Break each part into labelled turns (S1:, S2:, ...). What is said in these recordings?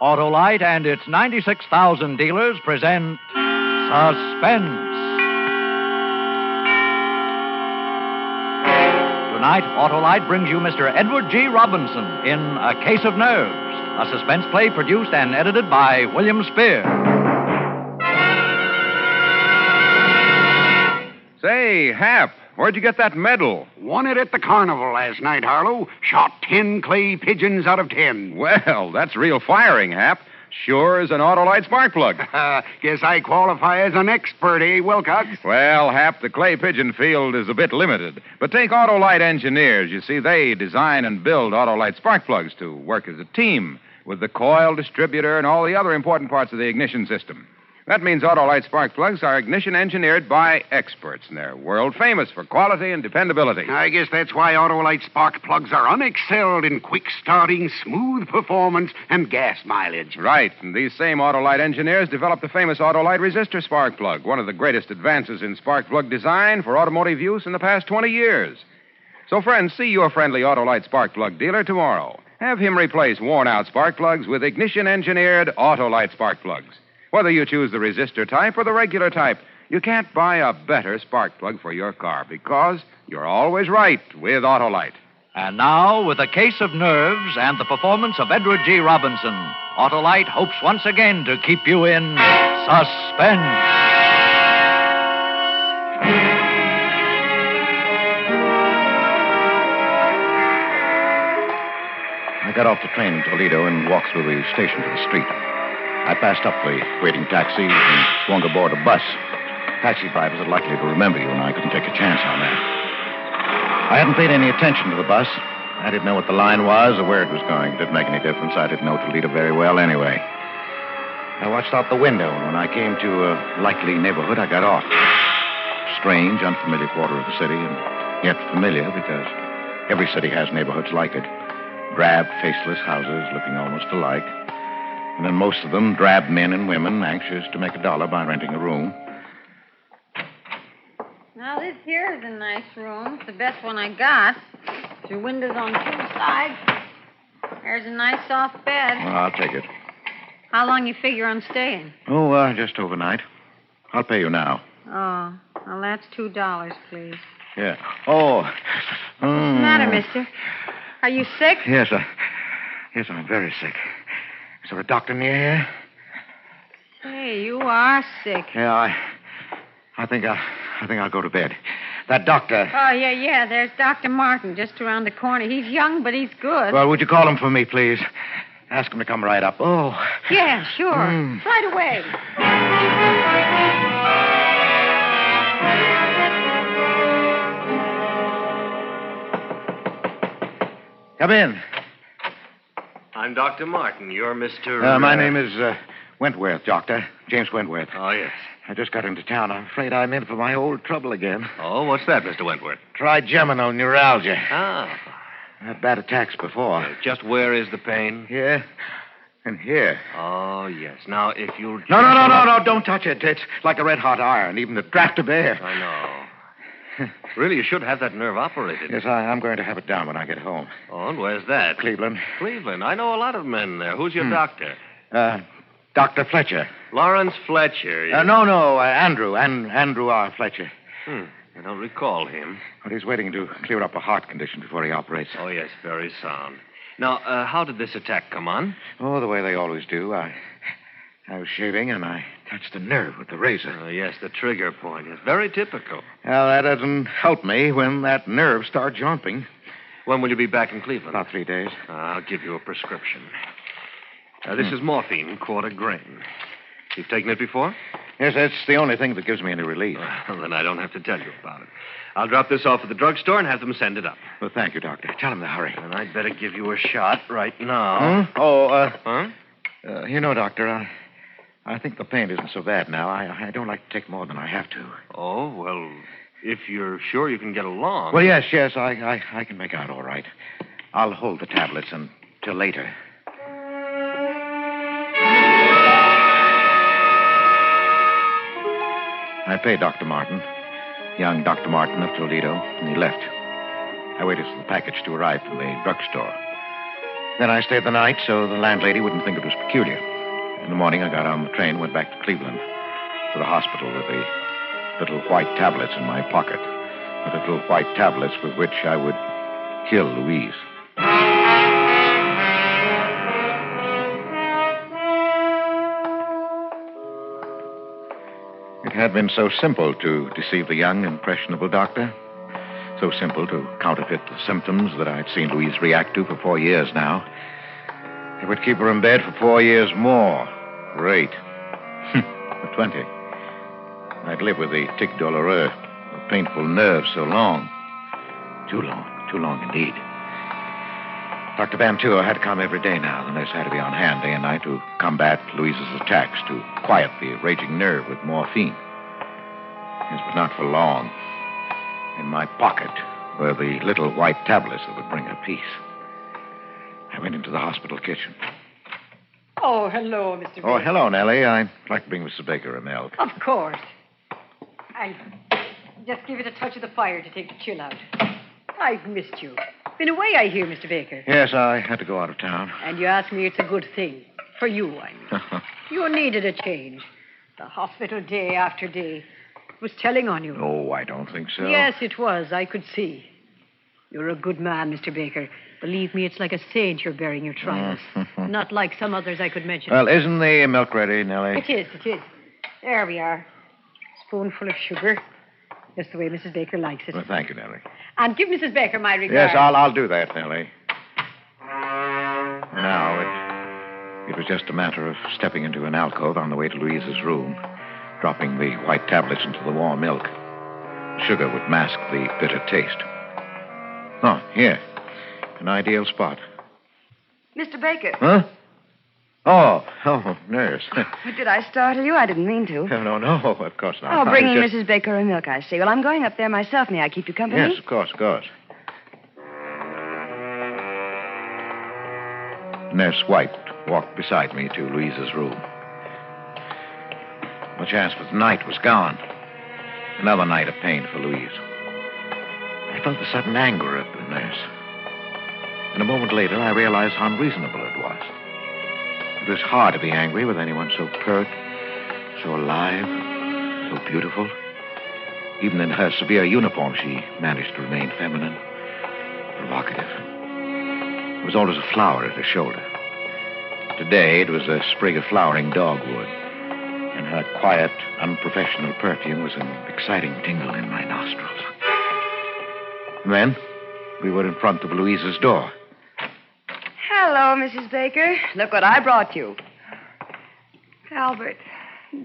S1: Autolite and its 96,000 dealers present Suspense. Tonight, Autolite brings you Mr. Edward G. Robinson in A Case of Nerves, a suspense play produced and edited by William Spear.
S2: Say, Hap, where'd you get that medal?
S3: Won it at the carnival last night, Harlow. Shot ten clay pigeons out of ten.
S2: Well, that's real firing, Hap. Sure is an Autolite spark plug.
S3: Uh, guess I qualify as an expert, eh, Wilcox?
S2: well, Hap, the clay pigeon field is a bit limited. But take Autolite engineers. You see, they design and build Autolite spark plugs to work as a team with the coil, distributor, and all the other important parts of the ignition system. That means Autolite spark plugs are ignition engineered by experts, and they're world famous for quality and dependability.
S3: I guess that's why Autolite spark plugs are unexcelled in quick starting, smooth performance, and gas mileage.
S2: Right, and these same Autolite engineers developed the famous Autolite resistor spark plug, one of the greatest advances in spark plug design for automotive use in the past 20 years. So, friends, see your friendly Autolite spark plug dealer tomorrow. Have him replace worn out spark plugs with ignition engineered Autolite spark plugs. Whether you choose the resistor type or the regular type, you can't buy a better spark plug for your car because you're always right with Autolite.
S1: And now, with A Case of Nerves and the performance of Edward G. Robinson, Autolite hopes once again to keep you in suspense.
S4: I got off the train in Toledo and walked through the station to the street. I passed up the waiting taxi and swung aboard a bus. Taxi drivers are likely to remember you, and I couldn't take a chance on that. I hadn't paid any attention to the bus. I didn't know what the line was or where it was going. It didn't make any difference. I didn't know Toledo very well anyway. I watched out the window, and when I came to a likely neighborhood, I got off. Strange, unfamiliar quarter of the city, and yet familiar because every city has neighborhoods like it drab, faceless houses looking almost alike. And in most of them, drab men and women anxious to make a dollar by renting a room.
S5: Now, this here is a nice room. It's the best one I got. Two windows on two sides. There's a nice soft
S4: Well,
S5: bed.
S4: I'll take it.
S5: How long you figure on staying?
S4: Oh, uh, just overnight. I'll pay you now.
S5: Oh, well, that's two dollars, please.
S4: Yeah. Oh.
S5: What's the matter,
S4: Mm.
S5: mister? Are you sick?
S4: Yes, I. Yes, I'm very sick. Is there a doctor near here?
S5: Hey, you are sick.
S4: Yeah, I. I think I. I think I'll go to bed. That doctor.
S5: Oh, yeah, yeah. There's Dr. Martin just around the corner. He's young, but he's good.
S4: Well, would you call him for me, please? Ask him to come right up. Oh.
S5: yeah, sure.
S4: Mm.
S5: Right away.
S4: Come in. Uh,
S6: I'm Dr. Martin. You're Mr.
S4: Uh, my name is uh, Wentworth, Doctor. James Wentworth.
S6: Oh, yes.
S4: I just got into town. I'm afraid I'm in for my old trouble again.
S6: Oh, what's that, Mr. Wentworth?
S4: Trigeminal neuralgia.
S6: Ah.
S4: I've had bad attacks before.
S6: Uh, Just where is the pain?
S4: Here and here.
S6: Oh, yes. Now, if you'll.
S4: No, no, no, no, no. Don't touch it. It's like a red hot iron, even the draft of air.
S6: I know. really, you should have that nerve operated.
S4: Yes, I, I'm going to have it down when I get home.
S6: Oh, and where's that?
S4: Cleveland.
S6: Cleveland. I know a lot of men there. Who's your
S4: Hmm.
S6: doctor?
S4: Uh, Dr. Fletcher.
S6: Lawrence Fletcher.
S4: Uh, no, no, uh, Andrew. An- Andrew R. Fletcher.
S6: Hmm. I don't recall him.
S4: But he's waiting to clear up a heart condition before he operates.
S6: Oh, yes, very sound. Now, uh, how did this attack come on?
S4: Oh, the way they always do. I, I was shaving and I touched a nerve with the razor.
S6: Oh, yes, the trigger point. Yes, very typical.
S4: Well, that doesn't help me when that nerve starts jumping.
S6: When will you be back in Cleveland?
S4: About three days.
S6: Uh, I'll give you a prescription. Uh,
S4: Hmm.
S6: this is morphine, quarter grain. You've taken it before?
S4: Yes, that's the only thing that gives me any relief.
S6: Well, then I don't have to tell you about it. I'll drop this off at the drugstore and have them send it up.
S4: Well, thank you, Doctor. Tell him to hurry.
S6: And I'd better give you a shot right now.
S4: Huh? Oh, uh,
S6: Huh?
S4: uh, you know, Doctor, I, I think the pain isn't so bad now. I, I don't like to take more than I have to.
S6: Oh, well, if you're sure you can get along.
S4: Well, yes, yes, I, I, I can make out all right. I'll hold the tablets until later. I paid Dr. Martin, young Dr. Martin of Toledo, and he left. I waited for the package to arrive from the drugstore. Then I stayed the night so the landlady wouldn't think it was peculiar. In the morning, I got on the train, went back to Cleveland, to the hospital with the little white tablets in my pocket, the little white tablets with which I would kill Louise. It had been so simple to deceive the young, impressionable doctor. So simple to counterfeit the symptoms that I'd seen Louise react to for four years now. It would keep her in bed for four years more. Great. for twenty. I'd live with the tic douloureux, the painful nerve, so long. Too long. Too long indeed. Dr. Vantour had to come every day now. The nurse had to be on hand day and night to combat Louise's attacks, to quiet the raging nerve with morphine. This was not for long. In my pocket were the little white tablets that would bring her peace. I went into the hospital kitchen.
S7: Oh, hello, Mr.
S4: Oh,
S7: Baker.
S4: hello, Nellie. I'd like to bring Mr. Baker a milk.
S7: Of course. I just give it a touch of the fire to take the chill out. I've missed you. Been away, I hear, Mr. Baker.
S4: Yes, I had to go out of town.
S7: And you ask me it's a good thing. For you, I mean. You needed a change. The hospital day after day was telling on you.
S4: no, I don't think so.
S7: Yes, it was. I could see. You're a good man, Mr. Baker. Believe me, it's like a saint you're bearing your trials. Not like some others I could mention.
S4: Well, isn't the milk ready, Nellie?
S7: It is, it is. There we are. Spoonful of sugar. Just the way Mrs. Baker likes it.
S4: Well, thank you, Nellie.
S7: And give Mrs. Baker my regards.
S4: Yes, I'll, I'll do that, Nellie. Now, it, it was just a matter of stepping into an alcove on the way to Louise's room, dropping the white tablets into the warm milk. Sugar would mask the bitter taste. Oh, here. An ideal spot.
S5: Mr. Baker,
S4: Huh? Oh, oh, nurse.
S5: did I startle you? I didn't mean to.
S4: no, no, no, of course not.
S5: Oh,
S4: I
S5: bringing
S4: just-
S5: Mrs. Baker a milk, I see. Well, I'm going up there myself. May I keep you company?
S4: Yes, of course, of course. Nurse White walked beside me to Louise's room. My chance for tonight was gone. Another night of pain for Louise. I felt the sudden anger of the nurse. And a moment later, I realized how unreasonable it was. It was hard to be angry with anyone so pert, so alive, so beautiful. Even in her severe uniform, she managed to remain feminine, provocative. It was always a flower at her shoulder. Today, it was a sprig of flowering dogwood, and her quiet, unprofessional perfume was an exciting tingle in my nostrils. And then, we were in front of Louise's door.
S5: Hello, Mrs. Baker. Look what I brought you.
S8: Albert,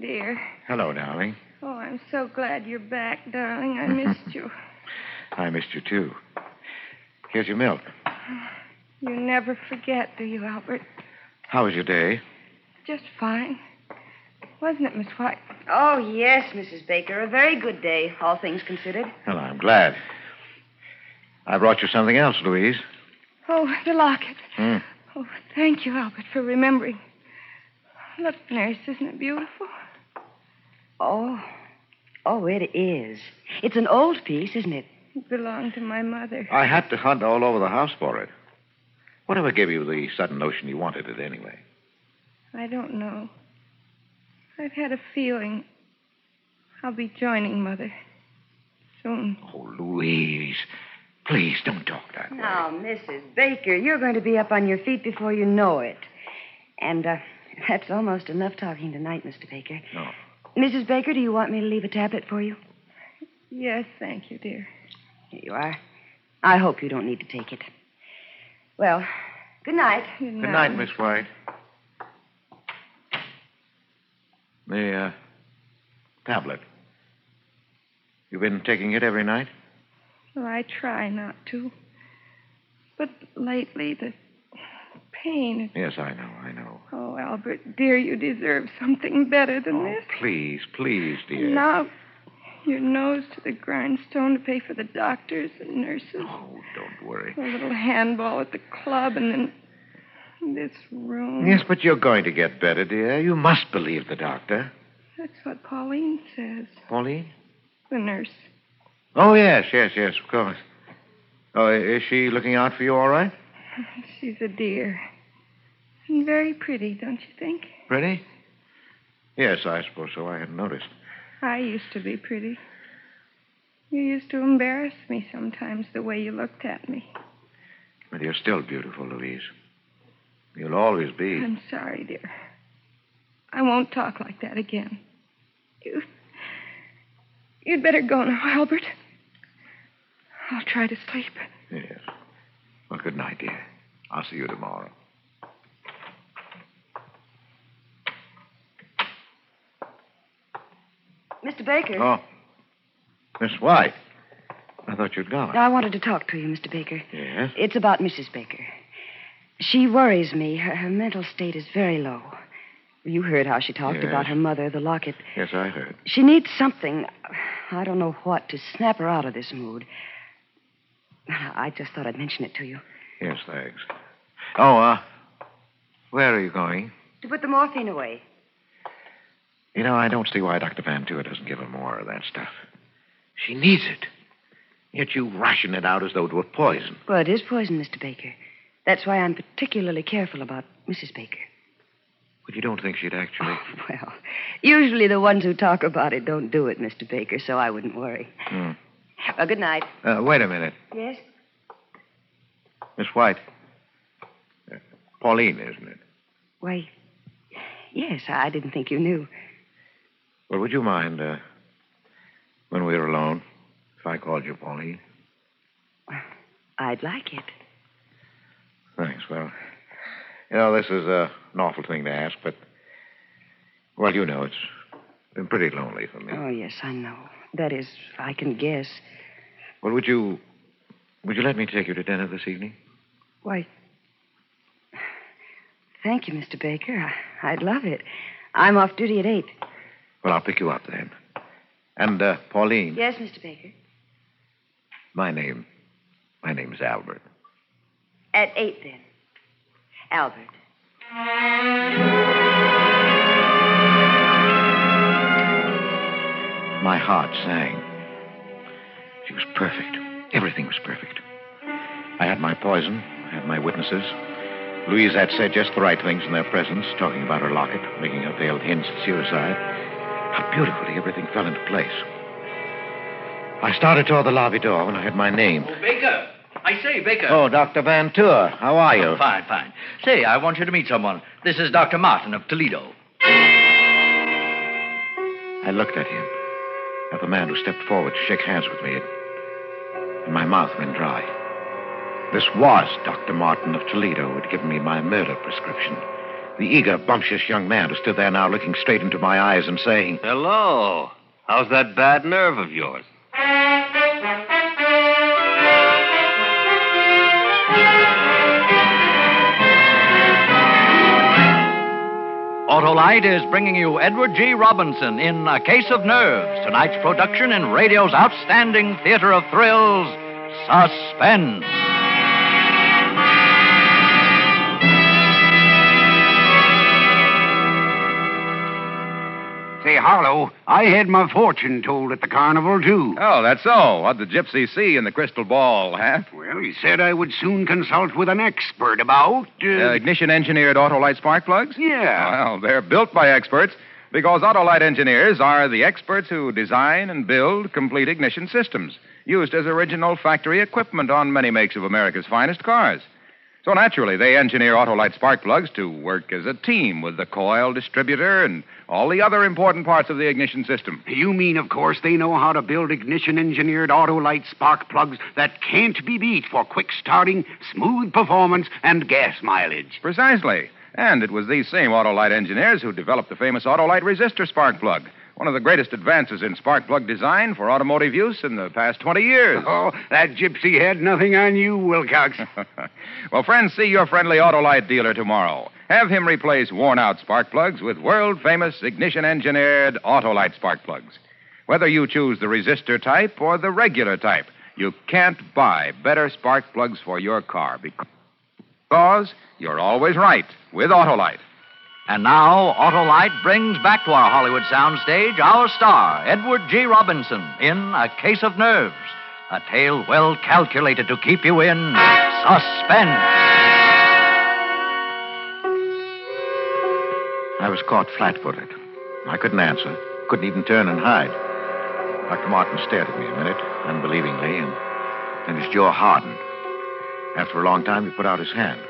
S8: dear.
S4: Hello, darling.
S8: Oh, I'm so glad you're back, darling. I missed you.
S4: I missed you, too. Here's your milk.
S8: You never forget, do you, Albert?
S4: How was your day?
S8: Just fine. Wasn't it, Miss White?
S5: Oh, yes, Mrs. Baker. A very good day, all things considered.
S4: Well, I'm glad. I brought you something else, Louise.
S8: Oh, the locket.
S4: Hmm.
S8: Oh, thank you, Albert, for remembering. Look, nurse, isn't it beautiful?
S5: Oh. Oh, it is. It's an old piece, isn't it?
S8: It belonged to my mother.
S4: I had to hunt all over the house for it. Whatever gave you the sudden notion you wanted it anyway?
S8: I don't know. I've had a feeling I'll be joining Mother soon.
S4: Oh, Louise, please don't talk that way.
S5: Now, Mrs. Baker, you're going to be up on your feet before you know it. And uh, that's almost enough talking tonight, Mr. Baker.
S4: No.
S5: Mrs. Baker, do you want me to leave a tablet for you?
S8: Yes, thank you, dear.
S5: Here you are. I hope you don't need to take it. Well, good night.
S4: Good night, Miss White. The uh, tablet. You've been taking it every night?
S8: Well, I try not to. But lately, the pain.
S4: Yes, I know, I know.
S8: Oh, Albert, dear, you deserve something better than
S4: Oh,
S8: this.
S4: please, please, dear.
S8: And Now, your nose to the grindstone to pay for the doctors and nurses.
S4: Oh, don't worry.
S8: A little handball at the club, and then this room.
S4: Yes, but you're going to get better, dear. You must believe the doctor.
S8: That's what Pauline says,
S4: Pauline?
S8: the nurse.
S4: Oh, yes, yes, yes, of course. Oh, i- is she looking out for you all right?
S8: She's a dear. And very pretty, don't you think?
S4: Pretty? Yes, I suppose so. I hadn't noticed.
S8: I used to be pretty. You used to embarrass me sometimes the way you looked at me.
S4: But you're still beautiful, Louise. You'll always be.
S8: I'm sorry, dear. I won't talk like that again. You. You'd better go now, Albert. I'll try to sleep.
S4: Yes. Well, good night, dear. I'll see you tomorrow.
S5: Mr. Baker.
S4: Oh. Miss White. I thought you'd gone.
S5: Now, I wanted to talk to you, Mr. Baker.
S4: Yes?
S5: It's about Mrs. Baker. She worries me. Her, her mental state is very low. You heard how she talked
S4: Yes.
S5: about her mother, the locket.
S4: Yes, I heard.
S5: She needs something, I don't know what, to snap her out of this mood. I just thought I'd mention it to you.
S4: Yes, thanks. Oh, uh, where are you going?
S5: To put the morphine away.
S4: You know, I don't see why Dr. Van Tuer doesn't give her more of that stuff. She needs it. Yet you ration it out as though it were poison.
S5: Well, it is poison, Mr. Baker. That's why I'm particularly careful about Mrs. Baker.
S4: But you don't think she'd actually.
S5: Oh. Well, usually the ones who talk about it don't do it, Mr. Baker, so I wouldn't worry.
S4: Hmm.
S5: Well, good night.
S4: Uh, wait a minute.
S5: Yes?
S4: Miss White. Uh, Pauline, isn't it?
S5: Why, yes, I didn't think you knew.
S4: Well, would you mind, uh, when we were alone, if I called you Pauline?
S5: I'd like it.
S4: Thanks. Well, you know, this is uh, an awful thing to ask, but. Well, you know, it's been pretty lonely for me.
S5: Oh, yes, I know. That is, I can guess.
S4: Well, would you. Would you let me take you to dinner this evening?
S5: Why, thank you, Mr. Baker. I, I'd love it. I'm off duty at 8.
S4: Well, I'll pick you up then. And, uh, Pauline,
S5: Yes, Mr. Baker.
S4: my name. My name's Albert.
S5: At 8, then. Albert.
S4: My heart sang. She was perfect. Everything was perfect. I had my poison. I had my witnesses. Louise had said just the right things in their presence, talking about her locket, making her veiled hints at suicide. How beautifully everything fell into place. I started toward the lobby door when I heard my name.
S1: Oh, Baker. I say, Baker.
S4: Oh, Dr. Van Tour, how are you?
S1: Fine, fine. Say, I want you to meet someone. This is Dr. Martin of Toledo.
S4: I looked at him, at the man who stepped forward to shake hands with me, and my mouth went dry. This was Dr. Martin of Toledo who had given me my murder prescription. The eager, bumptious young man who stood there now looking straight into my eyes and saying,
S9: Hello. How's that bad nerve of yours?
S1: Autolite is bringing you Edward G. Robinson in A Case of Nerves, tonight's production in radio's outstanding theater of thrills, Suspense.
S6: Say, Harlow, I had my fortune told at the carnival, too.
S2: Oh, that's so. What the gypsy see in the crystal ball, huh?
S6: Well, he said I would soon consult with an expert about.
S2: Uh,
S6: Uh,
S2: ignition engineered Autolite spark plugs?
S6: yeah.
S2: Well, they're built by experts because Autolite engineers are the experts who design and build complete ignition systems used as original factory equipment on many makes of America's finest cars. So naturally, they engineer Autolite spark plugs to work as a team with the coil, distributor, and all the other important parts of the ignition system.
S6: You mean, of course, they know how to build ignition engineered Autolite spark plugs that can't be beat for quick starting, smooth performance, and gas mileage.
S2: Precisely. And it was these same Autolite engineers who developed the famous Autolite resistor spark plug, one of the greatest advances in spark plug design for automotive use in the past 20 years.
S6: Oh, that gypsy had nothing on you, Wilcox.
S2: well, friends, see your friendly Autolite dealer tomorrow. Have him replace worn out spark plugs with world famous ignition engineered Autolite spark plugs. Whether you choose the resistor type or the regular type, you can't buy better spark plugs for your car because you're always right with Autolite.
S1: And now, Autolite brings back to our Hollywood soundstage our star, Edward G. Robinson, in A Case of Nerves, a tale well calculated to keep you in suspense.
S4: I was caught flat footed. I couldn't answer, couldn't even turn and hide. Dr. Martin stared at me a minute, unbelievingly, and then his jaw hardened. After a long time, he put out his hand.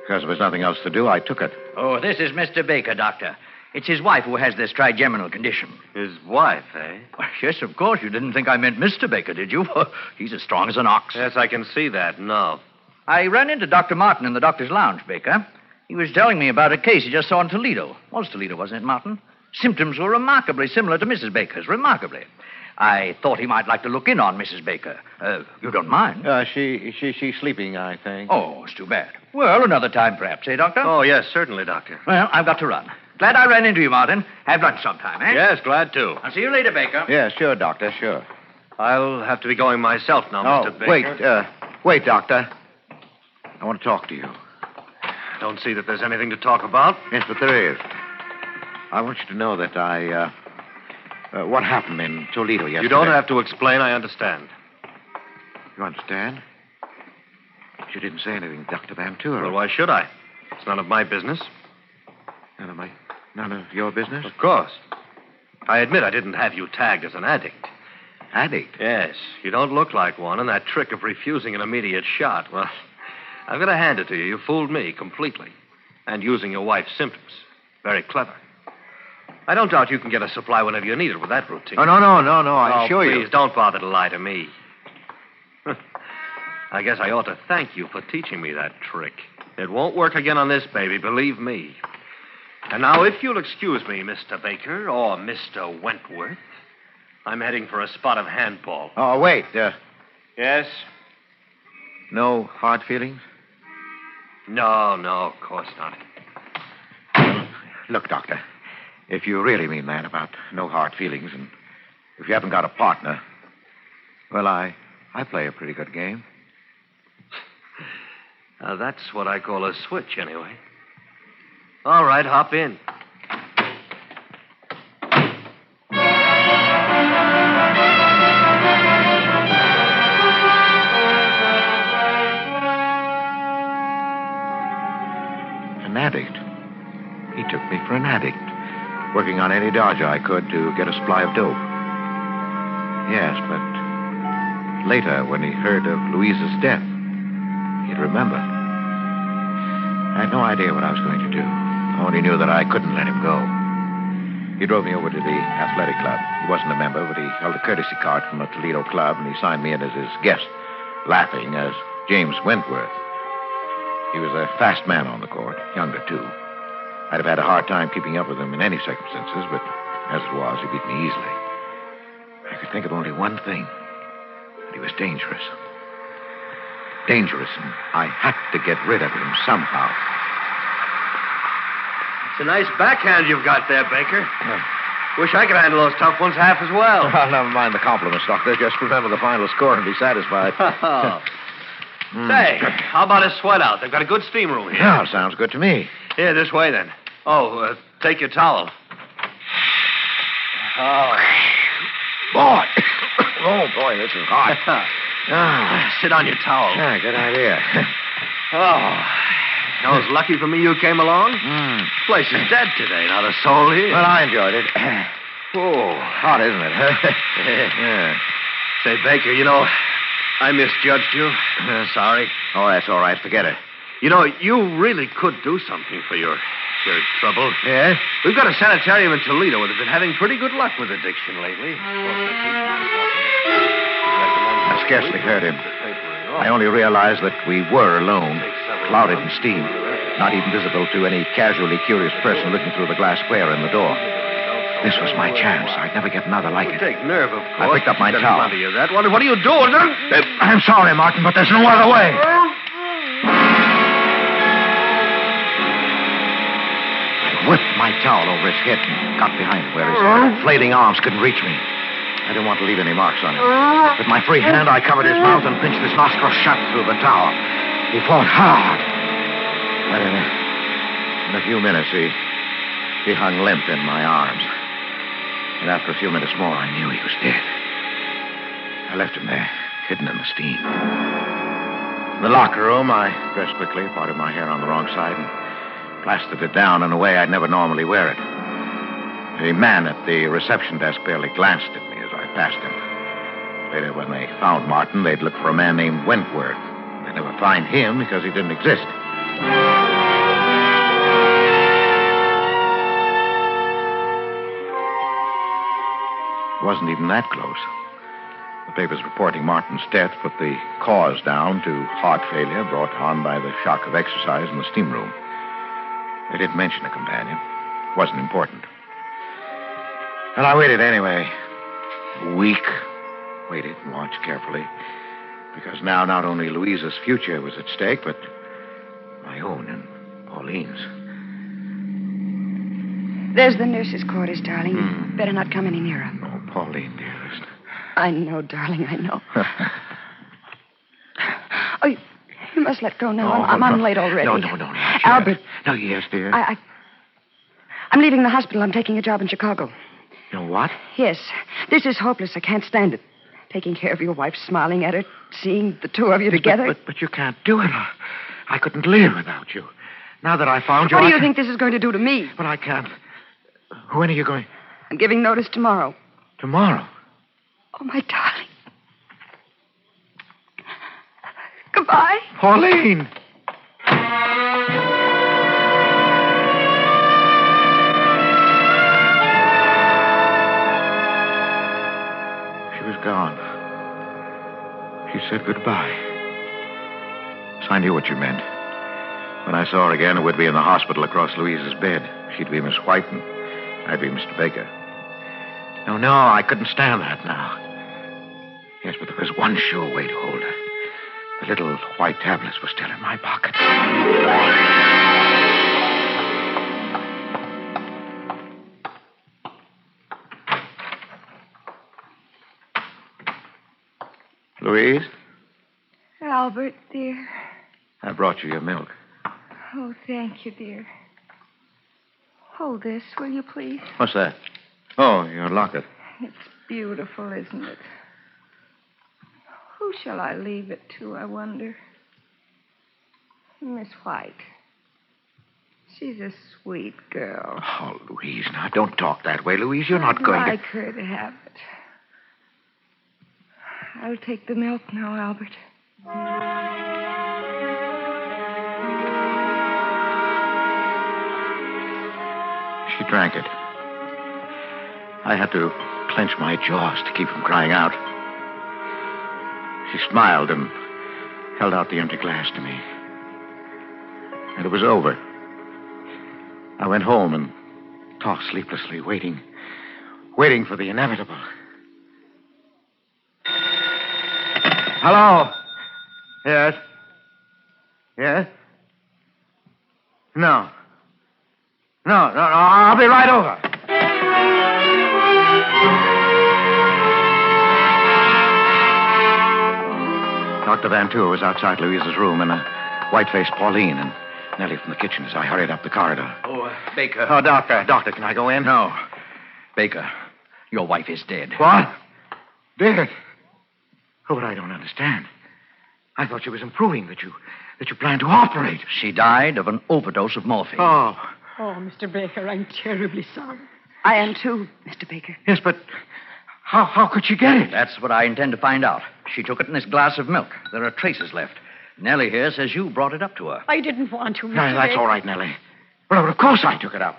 S4: Because there was nothing else to do, I took it.
S10: Oh, this is Mr. Baker, Doctor. It's his wife who has this trigeminal condition.
S9: His wife, eh?
S10: yes, of course. You didn't think I meant Mr. Baker, did you? He's as strong as an ox.
S9: Yes, I can see that now.
S10: I ran into Dr. Martin in the doctor's lounge, Baker. He was telling me about a case he just saw in Toledo. Was Toledo, wasn't it, Martin? Symptoms were remarkably similar to Mrs. Baker's, remarkably. I thought he might like to look in on Mrs. Baker. Uh, you don't mind?
S4: Uh, she, she, she's sleeping, I think.
S10: Oh, it's too bad. Well, another time, perhaps, eh, Doctor?
S9: Oh, yes, certainly, Doctor.
S10: Well, I've got to run. Glad I ran into you, Martin. Have lunch sometime, eh?
S9: Yes, glad to.
S10: I'll see you later, Baker.
S4: Yeah, sure, Doctor, sure.
S9: I'll have to be going myself now,
S4: oh,
S9: Mr. Baker.
S4: wait, uh, wait, Doctor. I want to talk to you.
S9: Don't see that there's anything to talk about.
S4: Yes, but there is. I want you to know that I, uh, uh, what happened in Toledo yesterday.
S9: You don't have to explain, I understand.
S4: You understand? But you didn't say anything, Dr. Vantura.
S9: Well, why should I? It's none of my business.
S4: None of my, none of your business?
S9: Of course. I admit I didn't have you tagged as an addict.
S4: Addict.
S9: Yes, you don't look like one, and that trick of refusing an immediate shot, well, I've got to hand it to you. You fooled me completely. And using your wife's symptoms. Very clever. I don't doubt you can get a supply whenever you need it with that routine.
S4: Oh, no, no, no, no, I
S9: Oh,
S4: assure
S9: please,
S4: you.
S9: don't bother to lie to me. I guess I ought to thank you for teaching me that trick. It won't work again on this baby, believe me. And now, if you'll excuse me, Mr. Baker or Mr. Wentworth, I'm heading for a spot of handball.
S4: Oh, wait. Uh,
S9: Yes?
S4: no hard feelings?
S9: No, no, of course not.
S4: Look, Doctor, if you really mean that about no hard feelings, and if you haven't got a partner, well, I, I play a pretty good game.
S9: Now, that's what I call a switch, anyway. All right, hop in.
S4: An addict. He took me for an addict, working on any dodge I could to get a supply of dope. Yes, but later, when he heard of Louise's death, he'd remember. I had no idea what I was going to do. I only knew that I couldn't let him go. He drove me over to the athletic club. He wasn't a member, but he held a courtesy card from a Toledo club, and he signed me in as his guest, laughing as James Wentworth. He was a fast man on the court, younger too. I'd have had a hard time keeping up with him in any circumstances, but as it was, he beat me easily. I could think of only one thing that he was dangerous. Dangerous, and I had to get rid of him somehow.
S9: It's a nice backhand you've got there, Baker.
S4: Yeah.
S9: Wish I could handle those tough ones half as well.
S4: Oh, Well, never mind the compliments, Doctor. Just remember the final score and be satisfied. Hmm.
S9: Say, how about a sweatout? They've got a good steam room here.
S4: Yeah, sounds good to me.
S9: Here, this way then. Oh, uh, take your towel. Oh.
S4: Boy! oh, boy, this is hot. ah,
S9: Sit on your towel.
S4: yeah, good idea.
S9: Oh. You know, it's lucky for me you came along.
S4: Hmm.
S9: Place is dead today, not a soul here.
S4: Well, I enjoyed it. Oh, hot, isn't it? Huh? yeah.
S9: Say, Baker, you know, I misjudged you.
S4: Uh, sorry. Oh, that's all right. Forget it.
S9: You know, you really could do something for your, your trouble.
S4: Yes?
S9: We've got a sanitarium in Toledo that has been having pretty good luck with addiction lately. I
S4: I scarcely heard him. I only realized that we were alone, clouded in steam, not even visible to any casually curious person looking through the glass square in the door. This was my chance. I'd never get another like it.
S9: Take nerve, of course.
S4: I picked up my
S9: Doesn't
S4: towel.
S9: bother you that. What, what are you doing?
S4: Uh, I'm sorry, Martin, but there's no other way. I whipped my towel over his head and got behind him where his flailing arms couldn't reach me. I didn't want to leave any marks on him. With my free hand, I covered his mouth and pinched his nostril shut through the towel. He fought hard. But in a, in a few minutes, he, he hung limp in my arms. And after a few minutes more, I knew he was dead. I left him there, hidden in the steam. In the locker room, I dressed quickly, parted my hair on the wrong side, and plastered it down in a way I'd never normally wear it. The man at the reception desk barely glanced at me as I passed him. Later, when they found Martin, they'd look for a man named Wentworth. They never find him because he didn't exist. It wasn't even that close. The papers reporting Martin's death put the cause down to heart failure brought on by the shock of exercise in the steam room. They didn't mention a companion. It wasn't important. And I waited anyway. A week. Waited and watched carefully. Because now not only Louisa's future was at stake, but my own and Pauline's.
S5: There's the nurse's quarters, darling.
S4: Hmm.
S5: You Better not come any nearer.
S4: Oh, Pauline, dearest.
S5: I know, darling, I know. Oh, you, you must let go now.
S4: Oh,
S5: I'm, I'm
S4: no.
S5: late already.
S4: No, no, no, not yet.
S5: Albert,
S4: No, yes, dear.
S5: I, I. I'm leaving the hospital. I'm taking a job in Chicago.
S4: You know what?
S5: Yes, this is hopeless. I can't stand it. Taking care of your wife, smiling at her, seeing the two of you together.
S4: But, but you can't do it. I, I couldn't live without you. Now that I found you,
S5: what do
S4: I
S5: you
S4: can-
S5: think this is going to do to me?
S4: But I can't. When are you going?
S5: I'm giving notice tomorrow.
S4: Tomorrow.
S5: Oh, my darling. Goodbye.
S4: Pauline! She was gone. She said goodbye. So I knew what you meant. When I saw her again, it would be in the hospital across Louise's bed. She'd be Miss White, and I'd be Mr. Baker. No, no, I couldn't stand that now. Yes, but there was one sure way to hold her. The little white tablets were still in my pocket. Louise,
S8: Albert, dear.
S4: I brought you your milk.
S8: Oh, thank you, dear. Hold this, will you, please?
S4: What's that? Oh, your locket.
S8: It's beautiful, isn't it? Who shall I leave it to, I wonder? Miss White. She's a sweet girl.
S4: Oh, Louise, now don't talk that way, Louise. You're not
S8: I'd
S4: going
S8: like her to have it. I'll take the milk now, Albert.
S4: to. She drank it. I had to clench my jaws to keep from crying out. She smiled and held out the empty glass to me. And it was over. I went home and tossed sleeplessly, waiting, waiting for the inevitable. Hello? Yes? Yes? No. No, no, no. I'll be right over. Dr. Van Tour was outside Louise's room and a white faced Pauline and Nellie from the kitchen as I hurried up the corridor.
S10: Oh, uh, Baker.
S4: Oh, doctor, doctor, can I go in? No.
S10: Baker, your wife is dead.
S4: What? Dead? Oh, but I don't understand. I thought she was improving, that you that you planned to operate.
S10: She died of an overdose of morphine.
S4: Oh.
S7: Oh, Mr. Baker, I'm terribly sorry.
S5: I am too, Mr. Baker.
S4: Yes, but how, how could she get it?
S10: That's what I intend to find out. She took it in this glass of milk. There are traces left. Nellie here says you brought it up to her.
S7: I didn't want to, Mr.
S4: No, that's
S7: Baker.
S4: all right, Nellie. Well, of course I took it up.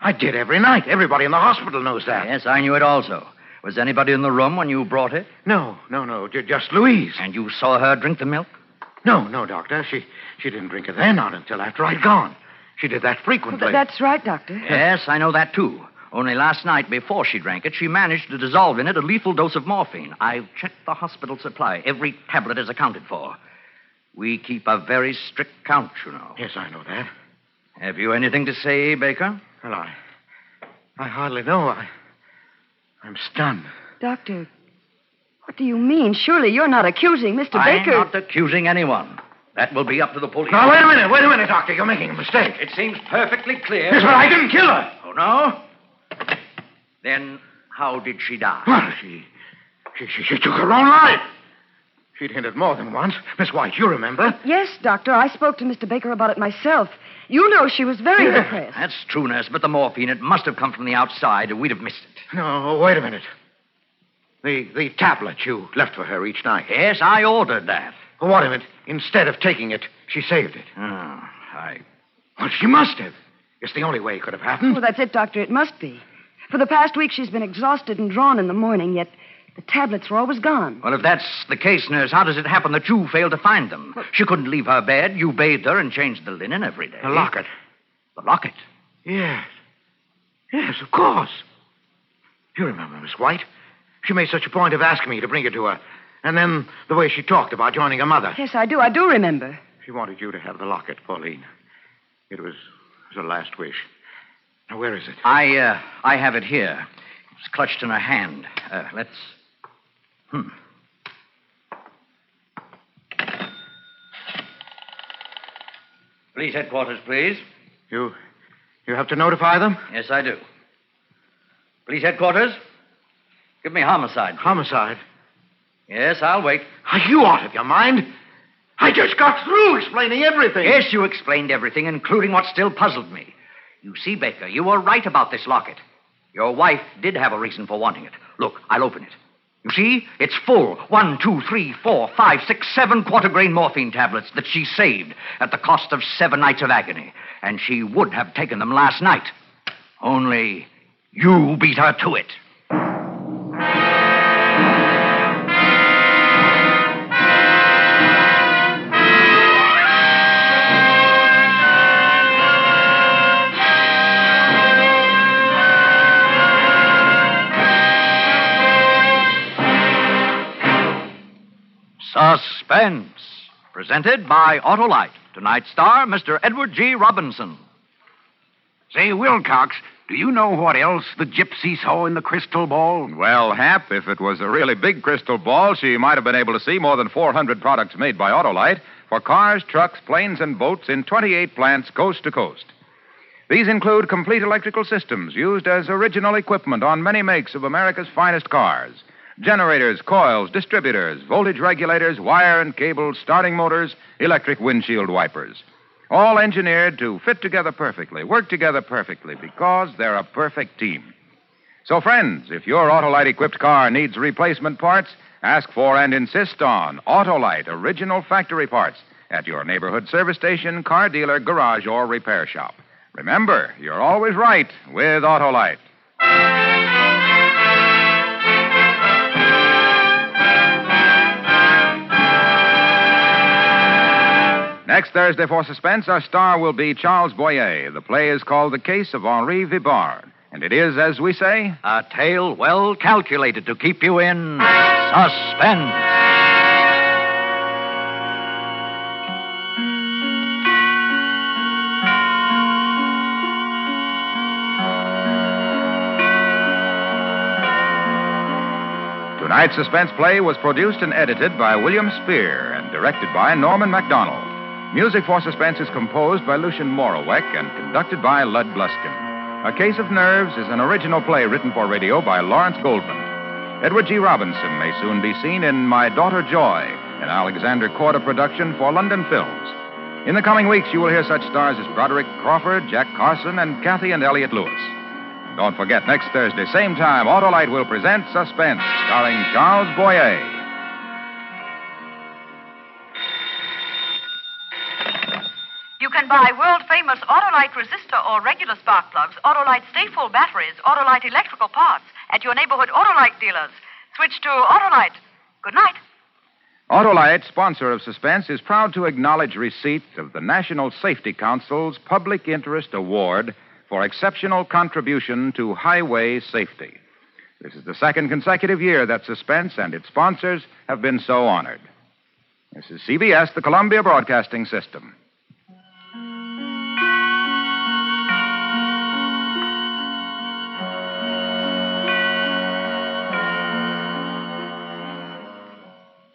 S4: I did every night. Everybody in the hospital knows that.
S10: Yes, I knew it also. Was anybody in the room when you brought it?
S4: No, no, no. J- just Louise.
S10: And you saw her drink the milk?
S4: No, no, Doctor. She she didn't drink it then, not until after I'd gone. She did that frequently.
S5: Th- that's right, Doctor.
S10: Yes, I know that too. Only last night, before she drank it, she managed to dissolve in it a lethal dose of morphine. I've checked the hospital supply. Every tablet is accounted for. We keep a very strict count, you know.
S4: Yes, I know that.
S10: Have you anything to say, Baker?
S4: Well, I I hardly know. I I'm stunned.
S5: Doctor, what do you mean? Surely you're not accusing Mr. Baker.
S10: I'm not accusing anyone. That will be up to the police.
S4: Now wait a minute, wait a minute, Doctor. You're making a mistake.
S10: It seems perfectly clear.
S4: Yes, but I didn't kill her.
S10: Oh, no? Then how did she die?
S4: Well, she, she, she, she took her own life. She'd hinted more than once. Miss White, you remember?
S5: Yes, Doctor, I spoke to Mr. Baker about it myself.
S11: You know she was very depressed.
S6: That's true, nurse, but the morphine, it must have come from the outside, or we'd have missed it.
S4: No, wait a minute. The, the tablet you left for her each night.
S6: Yes, I ordered that.
S4: Oh, wait a minute. Instead of taking it, she saved it.
S6: Oh, I.
S4: Well, she must have. It's the only way it could have happened.
S5: Well, that's it, Doctor. It must be. For the past week, she's been exhausted and drawn in the morning, yet the tablets were always gone.
S6: Well, if that's the case, nurse, how does it happen that you failed to find them? She couldn't leave her bed. You bathed her and changed the linen every day.
S4: The locket.
S6: The locket?
S4: Yes. Yes, of course. You remember Miss White? She made such a point of asking me to bring it to her. And then the way she talked about joining her mother.
S5: Yes, I do. I do remember.
S4: She wanted you to have the locket, Pauline. It was, it was her last wish. Now, where is it?
S6: I, uh, I have it here. It's clutched in her hand. Uh, let's. Hmm. Police headquarters, please.
S4: You. You have to notify them?
S6: Yes, I do. Police headquarters? Give me homicide.
S4: Homicide?
S6: Yes, I'll wait.
S4: Are you out of your mind? I just got through explaining everything.
S6: Yes, you explained everything, including what still puzzled me. You see, Baker, you were right about this locket. Your wife did have a reason for wanting it. Look, I'll open it. You see? It's full. One, two, three, four, five, six, seven quarter grain morphine tablets that she saved at the cost of seven nights of agony. And she would have taken them last night. Only you beat her to it. Suspense. Presented by Autolite. Tonight's star, Mr. Edward G. Robinson.
S12: Say, Wilcox, do you know what else the gypsy saw in the crystal ball?
S2: Well, Hap, if it was a really big crystal ball, she might have been able to see more than 400 products made by Autolite for cars, trucks, planes, and boats in 28 plants coast to coast. These include complete electrical systems used as original equipment on many makes of America's finest cars generators, coils, distributors, voltage regulators, wire and cable, starting motors, electric windshield wipers. All engineered to fit together perfectly, work together perfectly, because they're a perfect team. So, friends, if your Autolite equipped car needs replacement parts, ask for and insist on Autolite original factory parts at your neighborhood service station, car dealer, garage, or repair shop. Remember, you're always right with Autolite. Next Thursday for Suspense, our star will be Charles Boyer. The play is called The Case of Henri Vibard. And it is, as we say,
S13: a tale well calculated to keep you in suspense.
S2: Tonight's suspense play was produced and edited by William Spear and directed by Norman MacDonald. Music for Suspense is composed by Lucian Morawek and conducted by Lud Bluskin. A Case of Nerves is an original play written for radio by Lawrence Goldman. Edward G. Robinson may soon be seen in My Daughter Joy, an Alexander Corder production for London Films. In the coming weeks, you will hear such stars as Broderick Crawford, Jack Carson, and Kathy and Elliot Lewis. Don't forget, next Thursday, same time, Autolite will present Suspense, starring Charles Boyer.
S14: You can buy world famous Autolite resistor or regular spark plugs, Autolite Stayful batteries, Autolite electrical parts at your neighborhood Autolite dealers. Switch to Autolite. Good night.
S2: Autolite, sponsor of Suspense, is proud to acknowledge receipt of the National Safety Council's Public Interest Award for exceptional contribution to highway safety. This is the second consecutive year that Suspense and its sponsors have been so honored. This is CBS, the Columbia Broadcasting System.